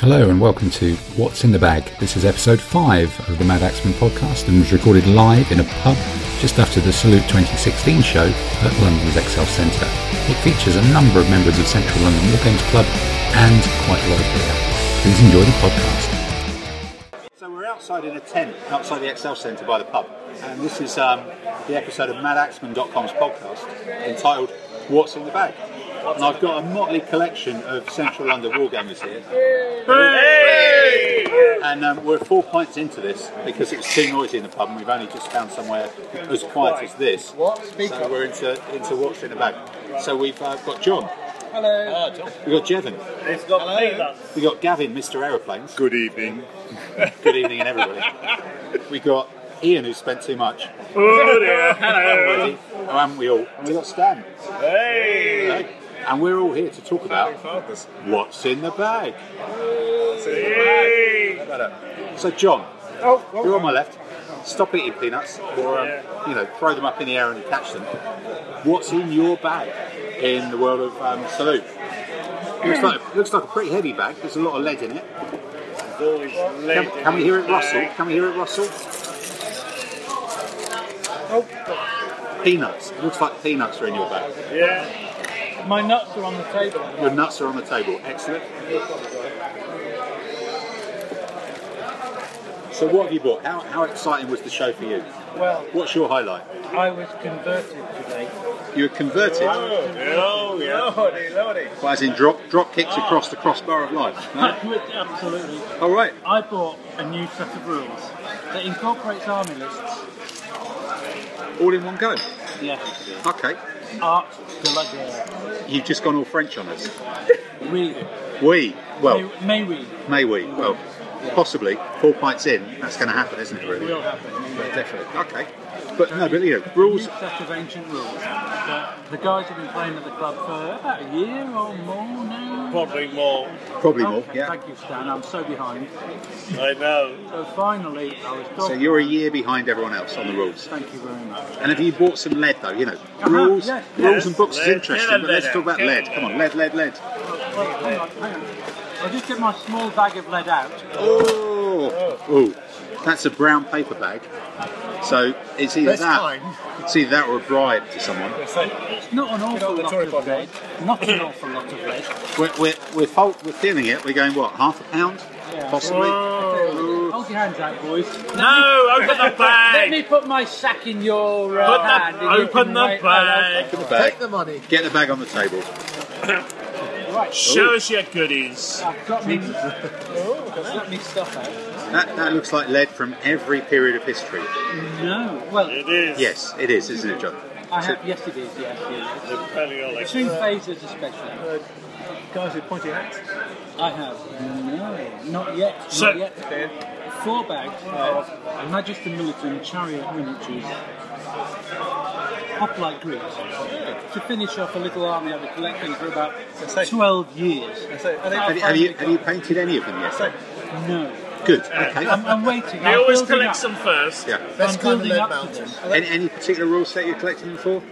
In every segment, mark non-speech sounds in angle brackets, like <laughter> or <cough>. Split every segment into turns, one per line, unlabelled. Hello and welcome to What's in the Bag. This is episode 5 of the Mad Axeman podcast and was recorded live in a pub just after the Salute 2016 show at London's Excel Centre. It features a number of members of Central London War Games Club and quite a lot of beer. Please enjoy the podcast.
So we're outside in a tent outside the Excel Centre by the pub, and this is um, the episode of MadAxman.com's podcast entitled "What's in the Bag." And I've got a motley collection of Central London wargamers here, and um, we're four pints into this because it was too noisy in the pub, and we've only just found somewhere as quiet as this. So we're into into what's in the bag. So we've uh, got John. Hello. We've got Jevon.
It's got peanuts.
We've got Gavin, Mr. Aeroplanes.
Good evening.
Good evening, and everybody. We got Ian, who spent too much.
Oh dear. Hello.
Oh, haven't we all? And we got Stan.
Hey.
And we're all here to talk about what's in the bag.
Hey.
So, John,
Oh,
you're on my left. Stop eating peanuts, or um, you know, throw them up in the air and catch them. What's in your bag in the world of um, salute? Looks like, looks like a pretty heavy bag. There's a lot of lead in it.
always
Can,
late.
can we hear it rustle? Can we hear it rustle? Peanuts. It looks like peanuts are in your bag.
Yeah. My nuts are on the table.
Your nuts are on the table. Excellent. So what have you bought? How, how exciting was the show for you?
Well,
What's your highlight?
I was converted today.
You were converted
Oh, yeah. Lordy, lordy.
by as in drop drop kicks across the crossbar of life. No?
Absolutely.
All right.
I bought a new set of rules that incorporates army lists.
All in one go.
Yes.
Okay.
Art de la guerre.
You've just gone all French on us.
We.
We well
May, may we?
may we well possibly four pints in. That's going to happen, isn't it? Really?
Will happen.
Definitely. Okay. But no, but you know rules.
New set of ancient rules. that the guys have been playing at the club for about a year or more now.
Probably more.
Probably more.
Okay,
Yeah.
Thank you, Stan. I'm so behind.
I know.
So finally, I was talking.
So you're a year behind everyone else on the rules.
Thank you very much.
And have you bought some lead though? You know, rules,
yes,
rules
yes.
and books is
Lead,
interesting,
lead,
but let's
lead.
talk about lead. Come on, lead, lead, lead.
Well, hang on, hang on. I'll just get my small bag of lead out.
Oh, oh, that's a brown paper bag. So it's either that, it's either that or a bribe to someone.
It's not an awful lot of lead. Not an awful lot of
<laughs>
lead.
We're we're we're, fol- we're feeling it. We're going what half a pound,
Yeah.
possibly. Ooh.
Hold your hands out, boys.
No, open
<laughs>
the
Let
bag.
me put my sack in your uh,
Put the-
hand. and you
open
can
the
wait-
bag.
Get the bag.
the money.
Get the bag on the table.
Right.
Show us your goodies.
I've got <laughs> me. Let me stuff out.
That that looks like lead from every period of history.
No. Well,
It is.
Yes, it is, isn't it, John?
I have. Yes, it is. Yes, it is.
The Paleolithic.
Two phases, especially.
Guys with pointy hats.
I have. No, not yet.
So-
not yet. Four bags of Magister Militum chariot miniatures, pop like Greeks, to finish off a little army I've been collecting for about 12 years.
So, I think
Have you, have you have you painted any of them yet?
No.
Good. Okay.
I'm, I'm waiting.
They
I'm
always
building
collect
up.
some first.
Yeah.
let's
I'm
climb the
building
lead
up to
mountain.
this.
Any, any particular rule set you're collecting them for?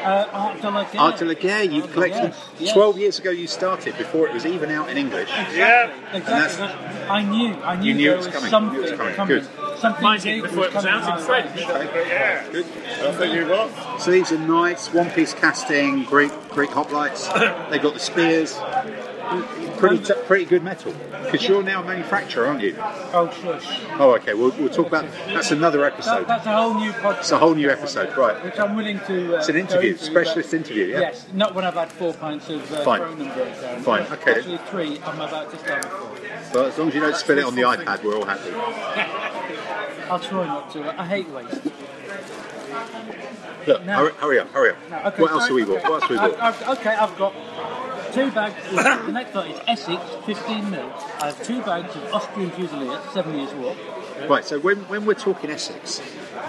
Uh, Art de la Guerre.
Art de la Guerre, you
Art de la
collected
Guerre, yes.
12 years ago you started, before it was even out in English.
Yeah.
that's-
Exactly. that- I knew. I knew,
You knew
there
it was coming,
something
you knew it was coming,
Something
Mind
big
you, before it was
coming
out in
my way.
French. Yeah.
Good.
That's what you got.
So these are knights, one piece casting, Greek Greek
<coughs>
hoplites, they've got the spears. Pretty, t- pretty good metal. Because you're now a manufacturer, aren't you?
Oh, shush.
Oh, okay, we'll, we'll talk about That's another
That,
episode.
that's a whole new podcast.
It's a whole new episode, right.
Which I'm willing to. Uh,
It's an
go
interview,
into,
specialist
but-
interview, yeah?
Yes, not when I've had four pints of uh,
Fine.
Kronenbourg down.
Fine,
But
okay.
Actually, three. I'm about to start with four.
Well, as long as you don't spill it on the iPad, we're all happy.
I'll try not to. I hate waste.
Look,
No.
hurry, hurry up, hurry up.
No, okay,
what else
sorry,
do we
okay.
bought? What else do we
I've,
bought?
I've, okay, I've got two bags. Look, <coughs> the next one is Essex, 15 mil. I have two bags of Austrian Fusilier, seven years war.
Right, so when, when we're talking Essex,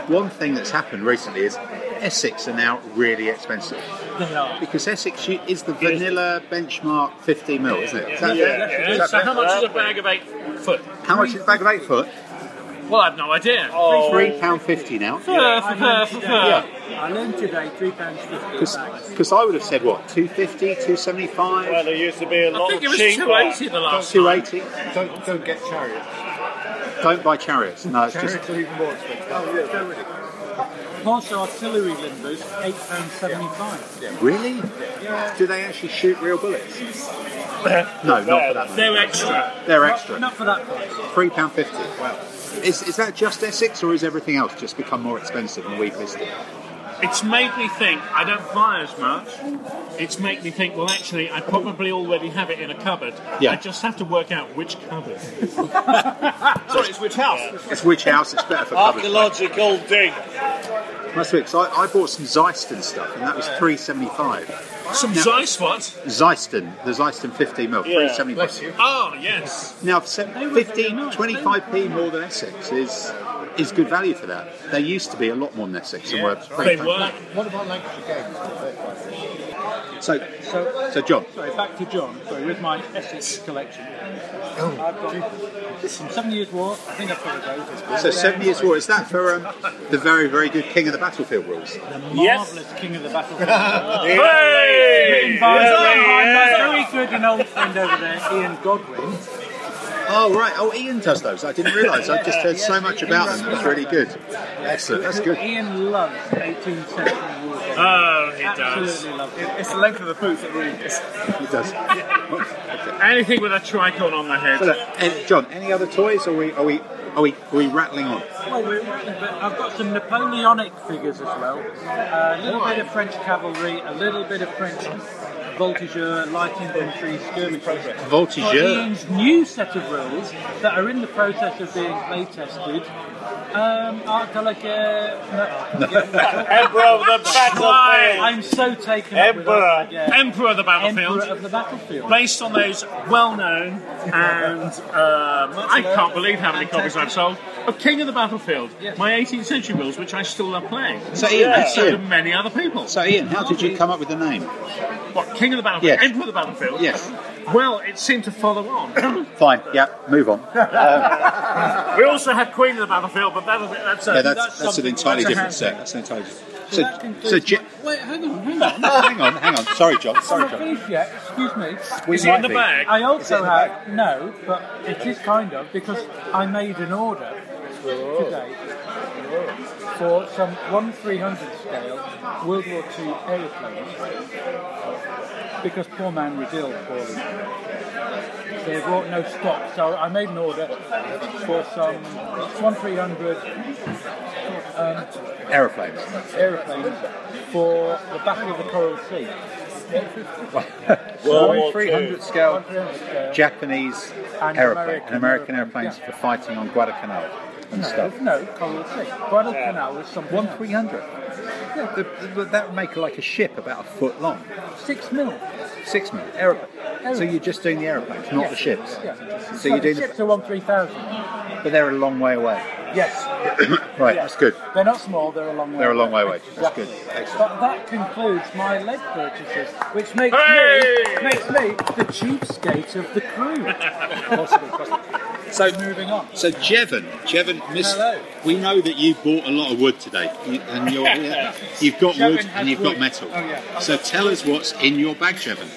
one thing that's happened recently is Essex are now really expensive
They are.
because Essex u- is the vanilla benchmark 50 mil, isn't it? Is that- is
Yeah.
that
So
fair?
how much is a bag of eight foot?
How much is a bag of eight foot?
Well, I've no idea.
Three pound fifty now.
Fur, fur, fur, fur, fur.
Yeah.
I learned today three pounds fifty a bag.
Because I would have said what 250, 275,
Well, there used to be a lot
think it
of
was
cheap.
280
<laughs>
the last time.
280.
Don't, don't get chariots.
Don't buy chariots. No, it's just
Chariots are even more expensive. Oh, yeah, don't really.
Horse artillery limbers, eight pounds seventy-five.
really. Do they actually shoot real bullets? no, not for that.
They're extra.
They're extra.
Not for that price.
Three pound fifty. Wow. Is, is that just Essex, or is everything else just become more expensive and we've missed it?
It's made me think I don't buy as much. It's made me think, well, actually, I probably already have it in a cupboard.
Yeah.
I just have to work out which
<laughs>
cupboard.
Sorry, it's which house?
It's which house? It's better for cupboard space.
Archaeological dig.
Last week, so I, I bought some Zeiston stuff, and that was three seventy five.
Some
Now-
Zeiss what?
Zeiston, the Zeiston fifteen mil,
Yeah.
three seventy five.
Oh, yes.
Now, se- 15, 25 p more than Essex is is good value for that. They used to be a lot more than Essex, and were very
They were.
What about Lancashire Games?
So,
So,
so John,
sorry, back to John. Sorry, with my Essex collection.
Oh.
I've got listen, Seven Years War. I think I've got those.
so Seven Years War is that for um, the very very good King of the Battlefield rules?
The
Yes.
marvelous King of the <laughs> Battlefield.
Hey!
Written by
Yeah.
my very good and old friend over there, Ian Godwin.
Oh right, oh Ian does those. I didn't realise. I've just heard so much about them. That's really good. Excellent. That's good.
Ian loves 18th century war games.
Oh, he does.
Absolutely loves it.
It's the length of the boots that really is.
It does.
Anything with a tricorn on the
So,
head.
look, and John, any other toys? Or are we are we are we are we rattling on?
Well, we're right, but I've got some Napoleonic figures as well. Uh, a little bit of French cavalry, a little bit of French voltigeur, light infantry, skirmishers. Got
Voltigeur.
Ian's new set of rules that are in the process of being play tested. Um, Art Delegate.
<laughs>
No,
Emperor of the battlefield.
I'm so taken
Emperor.
up with Art- yeah.
Emperor of the battlefield.
Emperor of the battlefield.
Based on those well-known and um, I can't believe how many copies I've sold of King of the Battlefield,
Yes.
my 18th century rules, which I still love playing.
So Ian, that's
So do
Ian.
many other people.
So Ian, how did you come up with the name?
What King of the Battlefield,
Yes.
Emperor of the Battlefield?
Yes.
Well, it seemed to follow on.
Fine. Yeah. Move on.
we also have Queen of the Battlefield, but that, that's a,
Yeah, that's, that's an
something-
entirely
that's a
different set.
hand.
That's an entirely different.
So that
So,
concludes
so Je-
my- Wait, hang on, hang on.
<laughs>
hang on, hang on. Sorry, John.
I'm
Sorry,
not
John.
finished yet. Excuse me.
We
is it in
might
the
be.
bag?
I also have no, but it is kind of because I made an order today for some one three hundred scale World War II aeroplanes because poor man was ill poorly. They brought no stock, so I made an order for some one three hundred
Aeroplanes. <laughs>
aeroplanes for the Battle of the Coral Sea.
World
uh,
War
300
Two.
scale.
1,300 scale.
Japanese aeroplane
And American
and American
aeroplane,
airplanes
yeah.
for fighting on Guadalcanal and stuff.
No, Coral Sea. Guadalcanal was something.
One
else.
three hundred. Yeah, the, the, but that would make like a ship about a foot long.
Six mil.
Six mil aeroplane. So you're just doing the airplanes, not the ships.
Yeah.
So you're doing,
ships
the,
are one three thousand.
but they're a long way away.
Yes,
Right, that's good.
they're not small. They're a long way.
They're a long way away. That's
Exactly.
good. Excellent.
But that concludes my leg purchases, which makes
Hey!
me makes me the cheapskate of
<laughs>
the crew. possibly, possibly. So moving on.
So Jevon, Jevon, Miss,
Hello.
we know that you bought a lot of wood today, you, and
<laughs>
you're, yeah, you've got
Jevon
wood
has
and you've got
wood.
metal.
Oh, yeah.
So tell us what's in your bag, Jevon.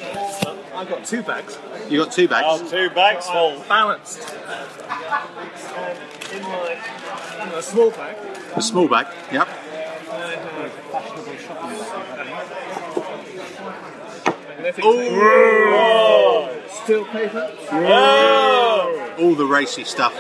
I've got two bags.
You got two bags.
Um,
Oh, two bags full.
Uh,
Balanced. In my, in my small bag,
A small bag. Yep.
magnetic
Oh.
tape, steel paper,
Oh.
All the racy stuff.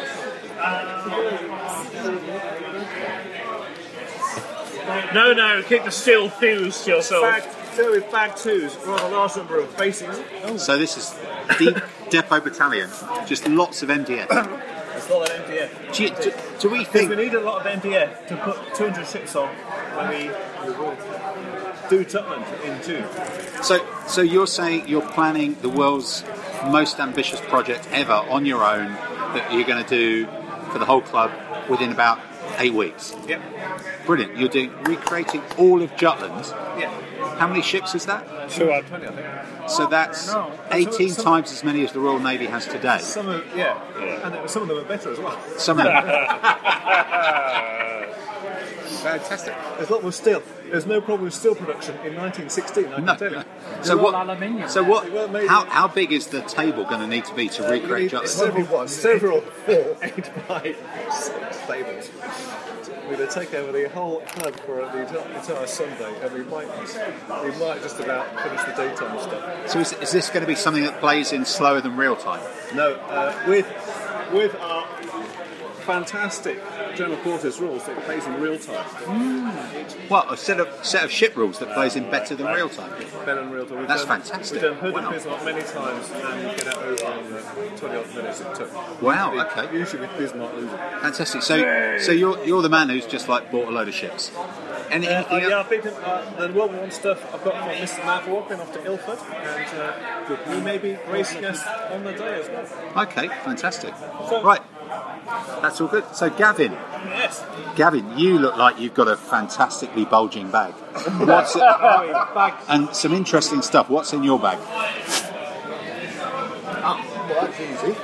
No, no, keep the steel fuse to yourself.
bag, filled with bag twos, rather large number of facings.
So this is the <laughs> depot battalion. Just lots of MDF.
It's not an MDF.
Do, you- do, do we
Because we
think?
need a lot of MDF to put 200 ships on when we do Tutland in June.
So, so you're saying you're planning the world's most ambitious project ever on your own that you're going to do for the whole club within about eight weeks.
Yep.
Brilliant. You're doing recreating all of Jutland.
Yeah.
How many ships is that?
220, I think.
So that's
No.
18
Some-
times as many as the Royal Navy has today.
Some of yeah, <laughs> and it- some of them are better as well.
Some of them. Fantastic.
There's a lot more steel. There's no problem with steel production in 1916, I can
No.
tell you.
So
They're all
what?
aluminium.
So what?
They weren't made
How,
of-
how big is the table going to need to be to recreate
It's
justice?
Several, what, several four, eight by six tables. We're going to take over the whole club for the entire entire Sunday, and we might, we might just about finish the daytime stuff.
So is, is this going to be something that plays in slower than real time?
No, uh, with with our fantastic general quarters rules, it plays in real time.
Well, a set of set of ship rules that plays in better than real time.
Better in real time. We've
That's
done,
fantastic.
We've done Hood
Wow.
and Bismarck many times, and we get it over on the 20 odd minutes it took.
Wow,
Usually-
okay.
Usually with Bismarck losing.
Fantastic. So so you're you're the man who's just like bought a load of ships. Any,
Uh,
anything
yeah,
else?
I've been to, uh, the World War One stuff. I've got from Mr. Matt Walker off to Ilford, and uh, he may be racing us on the day as well.
Okay, fantastic. Right. That's all good. So Gavin,
Yes.
Gavin, you look like you've got a fantastically bulging
<laughs>
bag. What's
Oh,
it, and some interesting stuff. What's in your bag?
Ah, Well, that's easy.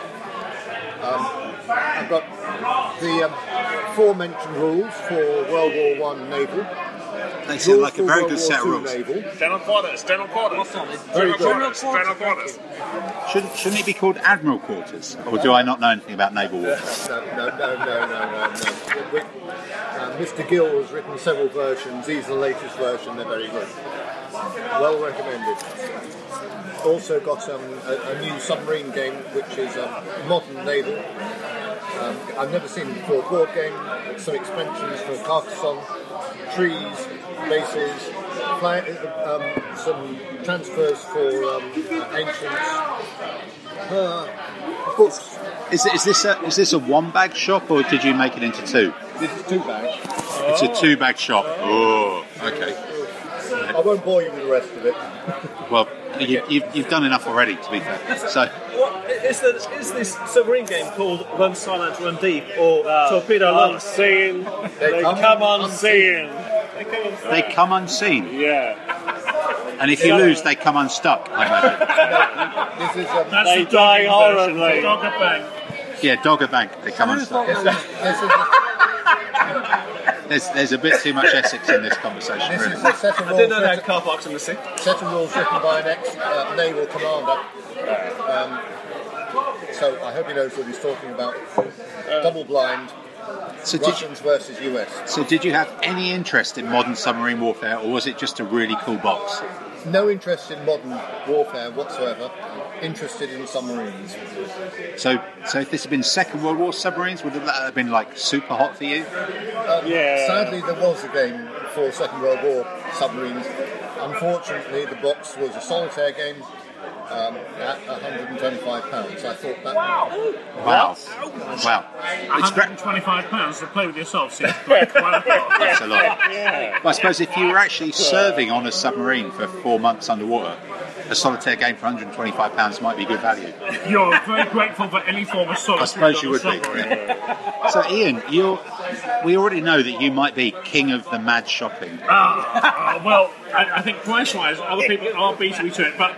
Um, I've got the um, aforementioned rules for World War One naval.
They sound
rules
like
for
a very
World
good
War
set of
Two
rules.
Naval.
General quarters, general quarters. General quarters, general quarters.
Shouldn't, shouldn't it be called Admiral Quarters? Or do I not know anything about naval war?
No, no, no, no, no, no. no. We- we- uh, Mr. Gill has written several versions. These are the latest version. They're very good. Well recommended. Also got um, a, a new submarine game, which is um, modern naval. Um, I've never seen it before. Board game. Some expansions for Carcassonne, trees, bases, fly, uh, um, some transfers for um, uh, ancients. Uh, books.
Is, is this a is this a one bag shop or did you make it into two?
This is two bags.
It's a two bag shop. Oh, okay.
I won't bore you with the rest of it.
Well, you, you've, you've done enough already, to be fair. So,
What is, the, is this submarine game called Run Silent, Run Deep or Torpedo Lance?
Unseen. They come unseen.
they come unseen,
Yeah.
and if you lose, they come unstuck. I imagine.
This is um,
That's
They
the
die
dogger version,
horribly.
the Dogger bank.
Yeah, Dogger Bank, they come unstuck.
this is this is a,
There's there's a bit too much Essex in this conversation.
this is
Really.
a set
<laughs>
of
I didn't
rules
know they had
written,
car parks in the sea.
set of rules written by an ex uh, naval commander. Um, so I hope he knows what he's talking about.
Uh.
Double blind
So did you,
Russians versus US.
so did you have any interest in modern submarine warfare, or was it just a really cool box?
No interest in modern warfare whatsoever. Interested in submarines.
So so if this had been Second World War submarines, would that have been like super hot for you?
Yeah.
Sadly, there was a game for Second World War submarines. Unfortunately, the box was a solitaire game um, at £125. I thought that
Wow, wow, It's great.
125 pounds to play with yourself,
<laughs>
six quid. Why not?
that's a lot. Well, I suppose if you were actually serving on a submarine for four months underwater, a solitaire game for 125 pounds might be good value.
You're very grateful for any form of solitude.
I suppose
on
you
a
would
<laughs>
be.
submarine.
yeah. So, Ian, you're, we already know that you might be king of the mad shopping.
Ah, ah, well, I, I think price-wise, other people are beating me to it, but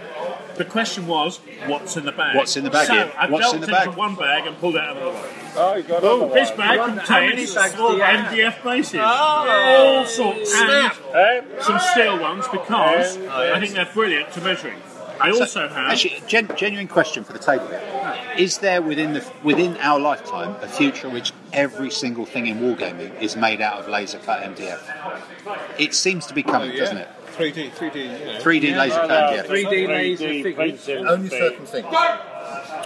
the question was, what's in the bag?
What's in the bag,
So
Ian?
I
What's
delved
in the
into
bag?
one bag and pulled out another one.
Oh, you got oh,
This bag
One- how many
contains
bags do
small
you have? Oh,
MDF bases, all sorts, and
Um,
some steel ones because I think they're brilliant to measuring. I
So,
also have.
actually, gen- genuine question for the table here: Is there within the within our lifetime a future in which every single thing in wargaming is made out of laser cut MDF? It seems to be coming, doesn't it?
3D, 3D, you know.
3D laser cut MDF.
3D laser figures.
only certain things.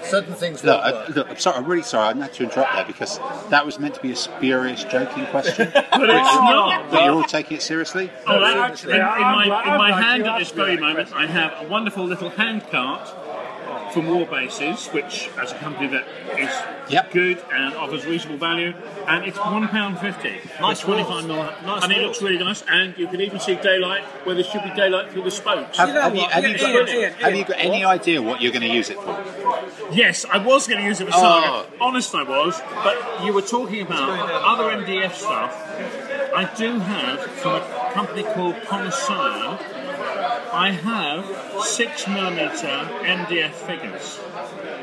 Certain things
Look,
won't
I,
work.
look, I'm sorry. I'm really sorry. I had to interrupt there because that was meant to be a spurious, joking question. but
<laughs> it's not.
But you're all taking it seriously.
Oh, that- in, in
I'm
my,
glad-
in
I'm
my
glad
hand
you
at
asked
this
me
very
that
moment, I have a wonderful little hand cart from War Bases, which as a company that is
Yep.
good and offers reasonable value, and it's one pound fifty. Nice twenty-five mil, and it looks really nice. And you can even see daylight where there should be daylight through the spokes.
Have,
You know
have you,
what?
have, you
Ian,
got,
Ian, Ian,
have you got any idea what you're going to use it for?
Yes, I was going to use it for
Oh.
Saga. Honest, I was. But you were talking about other MDF stuff. I do have from a company called Connoisseur. I have six millimeter MDF figures.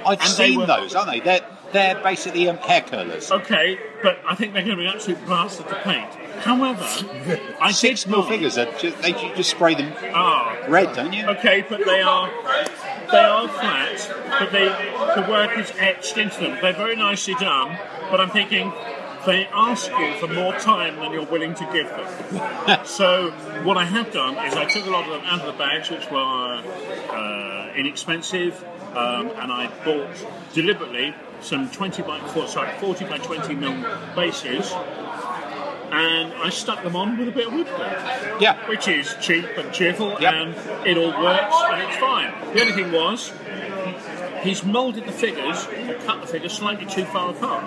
I've
And they
seen
were- Oh,
those, aren't they? They're they're basically um, hair curlers.
Okay, but I think they're going to be an absolute bastard to paint.
<laughs>
However, I
Six
did
small
buy-
figures, are just, they you just spray them
Ah,
red, don't you?
Okay, but they are they are flat, but they the work is etched into them. They're very nicely done, but I'm thinking they ask you for more time than you're willing to give them. so what I have done is I took a lot of them out of the bags, which were uh, inexpensive, um, and I bought deliberately some 20 by 40, sorry, 40 by 20 mil bases, and I stuck them on with a bit of wood glue
Yeah.
which is cheap and cheerful,
Yep.
and it all works and it's fine. The only thing was, he's moulded the figures and cut the figures slightly too far apart.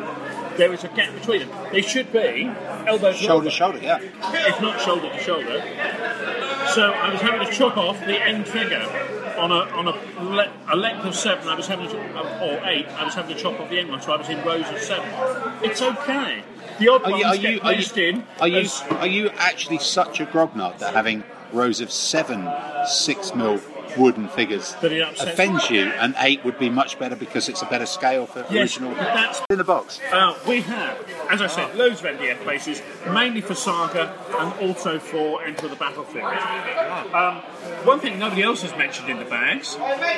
There is a gap between them. They should be elbow to
Shoulder
elbow,
to shoulder, yeah.
if not shoulder to shoulder. So I was having to chop off the end figure on a on a, le- a length of seven. I was having to, or eight. I was having to chop off the end one, so I was in rows of seven. It's okay. The odd
Are
ones
you, are
get
you, are
placed in.
you, are you,
as-
are you actually such a grognard that having rows of seven six mil wooden figures
That it upsets-
offends you, and eight would be much better because it's a better scale for
yes,
original
but that's
in the box.
Uh, we have, as I said, loads of NDF bases, mainly for Saga and also for Enter the Battlefield. Um, one thing nobody else has mentioned in the bags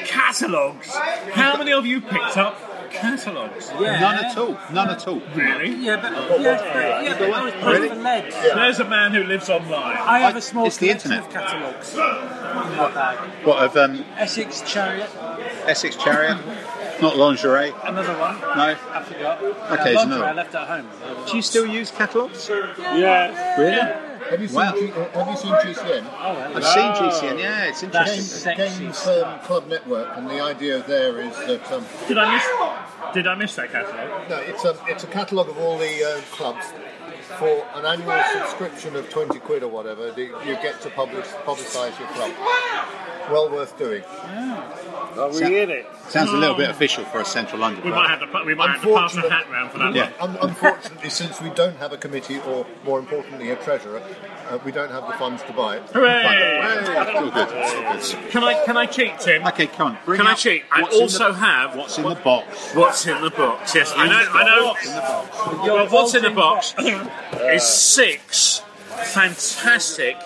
catalogues. How many of you picked up catalogues?
Yeah.
None at all. None at all.
Really?
Yeah, but yes, but, yeah, but I was part of the lead.
There's a man who lives online.
I have
I-
a small
it's the
collection
internet.
of catalogues in my bag.
What of um,
Essex Chariot,
Essex Chariot? Not lingerie.
another one.
No.
I forgot.
Okay,
Uh,
it's
lingerie
another.
I left at home.
Do you still use catalogues?
Yeah.
Really?
Have you seen,
Wow.
G- have you seen GCN?
Oh, there you
I've seen
go.
GCN. Yeah, it's
That's
interesting.
Games,
sexy
Games um,
stuff.
Club Network, and the idea there is that um,
Did I miss? Did I miss that catalogue?
no, it's a it's a catalogue of all the uh, clubs. For an annual subscription of twenty quid or whatever, the, you get to publish publicise your club. Well worth doing.
Oh, really?
Sounds a little bit official for a central London.
We
club.
might have to pa- we might have to pass the
Unfortunate-
hat round for that
Yeah.
one.
Un- unfortunately, since we don't have a committee or, more importantly, a treasurer, uh, we don't have the funds to buy it.
Hooray!
Hey, it's all good. It's all good.
Can I can I cheat, Tim?
Okay, come on. Bring
Can I
up
cheat? I
what's in the-
also have
what's in the box.
What's in the box? Yes, I know. I know. Well, what's in the box is six fantastic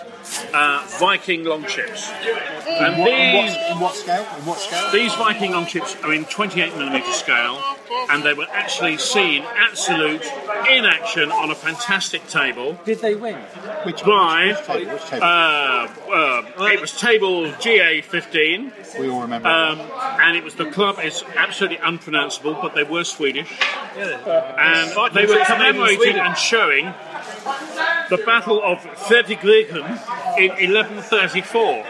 uh, Viking longships,
In what, in
and
what,
these
in what scale? In what scale?
these Viking longships are in 28 millimeter scale, and they were actually seen absolute in action on a fantastic table
Did they win?
Which
by.
Which table? Which
Uh,
table?
uh, it was table GA15,
we all remember.
um, and it was the club is absolutely unpronounceable, but they were Swedish. and they were commemorating and showing the Battle of Fredriksen in 1134.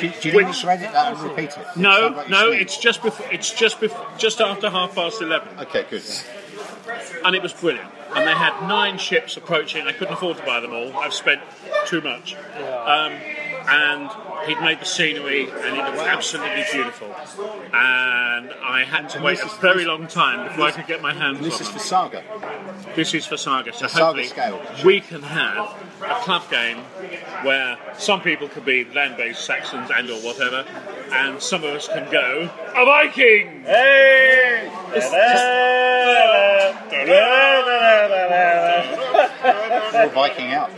do, do you need to edit that and repeat it? It sounds
No,
like you're
no,
sneezing.
it's just before, it's just before, just after half past eleven,
Okay, good.
and it was brilliant. And they had nine ships approaching. I couldn't afford to buy them all. I've spent too much. Um, and he'd made the scenery, and it was absolutely beautiful. And I had to
And
wait
this
a
is-
very long time before I could get my hands
And this
on
is
them.
for Saga.
This is for Saga, so
Saga
hopefully
scale.
we can have a club game where some people could be land-based Saxons and or whatever, and some of us can go a Viking. Hey!
We're Viking out.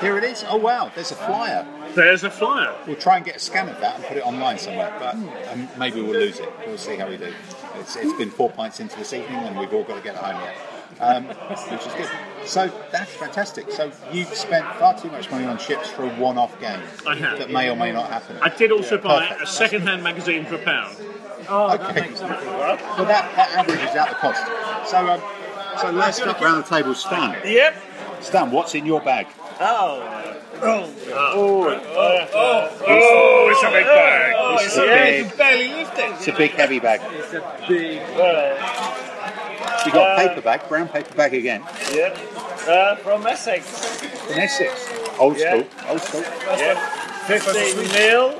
Here it is. Oh wow, there's a flyer.
There's a flyer.
We'll try and get a scan of that and put it online somewhere, but um, maybe we'll lose it. We'll see how we do. It's, it's been four pints into this evening, and we've all got to get home yet, um, which is good. So that's fantastic. So you've spent far too much money on ships for a one-off game
I have.
that may or may not happen.
I did also buy
Perfect.
a second-hand magazine for a pound.
Oh, that
Okay.
makes sense.
But that, that averages out the cost. So, um, so let's stop round the table, Stan.
Yep.
Stan, what's in your bag?
Oh.
Oh, it's a big bag.
This is a big,
barely lifted.
it's a big heavy bag.
It's a big.
You got a paper bag, brown paper bag again.
Yep. Uh, from Essex.
In Essex, old
Yeah.
school, old school.
Yep. 15 mil.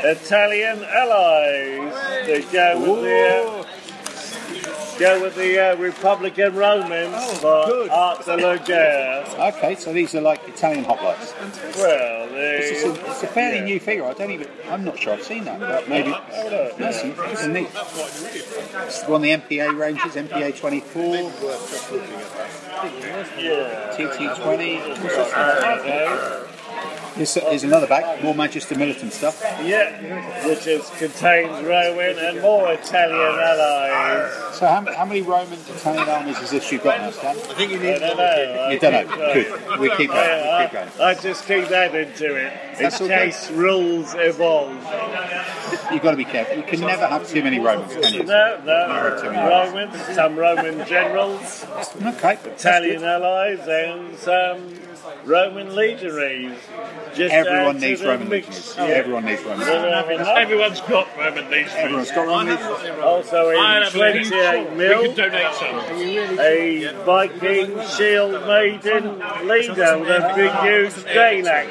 Italian allies. They go with the. Uh, go with the uh, Republican Romans
Oh,
for Art de la Guerre.
Okay, so these are like Italian hoplites.
Well,
It's
they.
a, it's a fairly new figure. I don't even. I'm not sure I've seen that, but maybe. That's it's a neat. It's the one the MPA ranges, MPA 24.
Worth just looking at that.
TT20. Here's, here's another bag, more Manchester Militant stuff.
Yeah, which is, contains Rowan and more Italian allies.
So, how, how many Roman Italian armies is this you've got now, Stan?
I think you
I
need
don't know. I
You don't
keep
know.
going.
Good. We keep going. We keep
I,
going.
I, I just keep adding to it in
That's okay.
case rules evolve.
You've got to be careful. You can never have too many Romans, can you?
No, no. Romans, some Roman generals,
Okay.
Italian allies, and some Roman legionaries. Just
Everyone
add to
needs
the
Roman
mix.
legionaries.
Yeah.
Everyone needs Roman legionaries.
Everyone-
Everyone's got Roman
Everyone's
legions.
got Roman legionaries.
Also
I
in
have a
twenty-eight
We
mil.
can donate some.
a Viking shield maiden leader with a big huge Galax.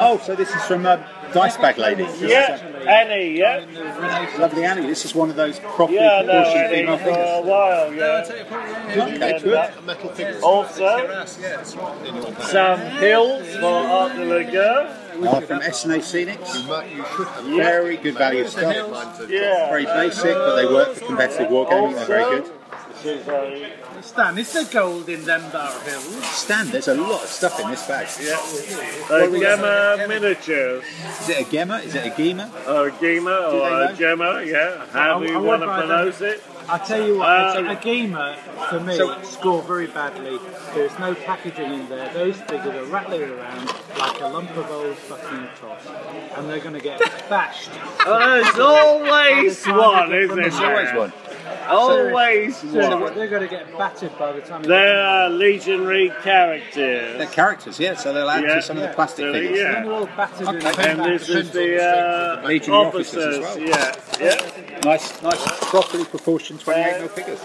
Oh, so this is from uh, Dice Bag Lady. This is,
Yeah, Annie, yeah.
uh, lovely Annie. This is one of those properly
Yeah, no,
proportioned
Annie
female
for a
figures.
while, yeah.
Okay, good.
a metal figure.
Also,
Yeah, it's right in your bag.
some hills for Art de la Guerre.
Uh, from SNA Scenics.
You might- you should have.
Very good value
It's a
stuff.
headline to-
Yeah.
Very basic, but they work for competitive wargaming. They're very good.
Also, this is a,
Stan, is there gold in them Bar Hills?
Stan, there's a lot of stuff in this bag.
a Gemma miniature.
Is it a Gemma? Is it a Gema?
Or a Gema or a Gemma, yeah. How do
I- I
you
would
want to
buy them.
pronounce it?
I tell you what, I
Uh,
tell- a gamer for me
so-
score very badly. There's no packaging in there. Those figures are rattling around like a lump of old fucking toss, and they're going to get bashed.
Oh, There's always one, isn't
There's
there?
Always one.
Always
So
one.
they're going to get battered by the time. they-
There are legionary
They're
characters.
characters, yeah. So they'll add
Yeah.
to some of the plastic
So,
figures.
yeah.
They're all battered in
Okay.
And this is the uh,
Legionary officers
officers,
as well.
yeah. yeah.
Nice, nice, properly proportioned 28 mil figures.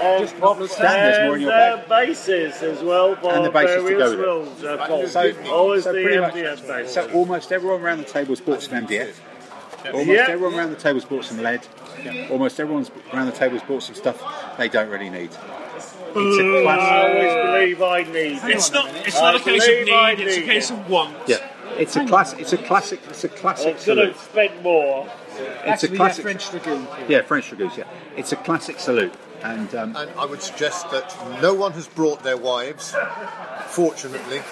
And,
Bob Stan, there's more in your bag.
and, uh, bases as well by
And the bases to
various
go with it.
rules. Of course.
So,
Always
so
the
pretty much-
MDF base.
So almost everyone around the table's bought some MDF. Almost
Yeah.
everyone around the table's bought some lead. Almost everyone's around the table's bought some stuff they don't really need. It's a
Mm, I
classic.
always believe I need it.
It's not. It's not a
I
case of
believe I
need. It's a
need
case
it.
of want.
Yeah. It's a classic. It's a classic. It's a
I
classic
could
salute.
have spent more.
It's a
Actually, yeah,
classic.
French Lagoon. too.
Yeah, French Dragoons. Yeah, it's a classic salute. And um,
And I would suggest that no one has brought their wives, fortunately,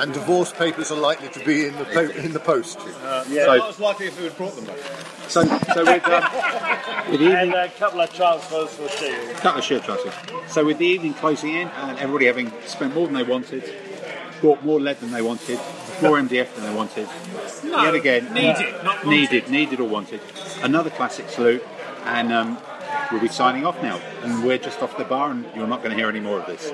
and divorce papers are likely to be in the po- in the post.
so,
was likely if we had brought them. Though.
so, so with, um, with the
And
evening,
a couple of transfers for Shield.
cut the shirt trousers. So with the evening closing in, and everybody having spent more than they wanted, bought more lead than they wanted, more MDF than they wanted.
No,
Yet again,
needed, not wanted.
needed, needed or wanted. Another classic salute, and um, we'll be signing off now. And we're just off the bar, and you're not going to hear any more of this.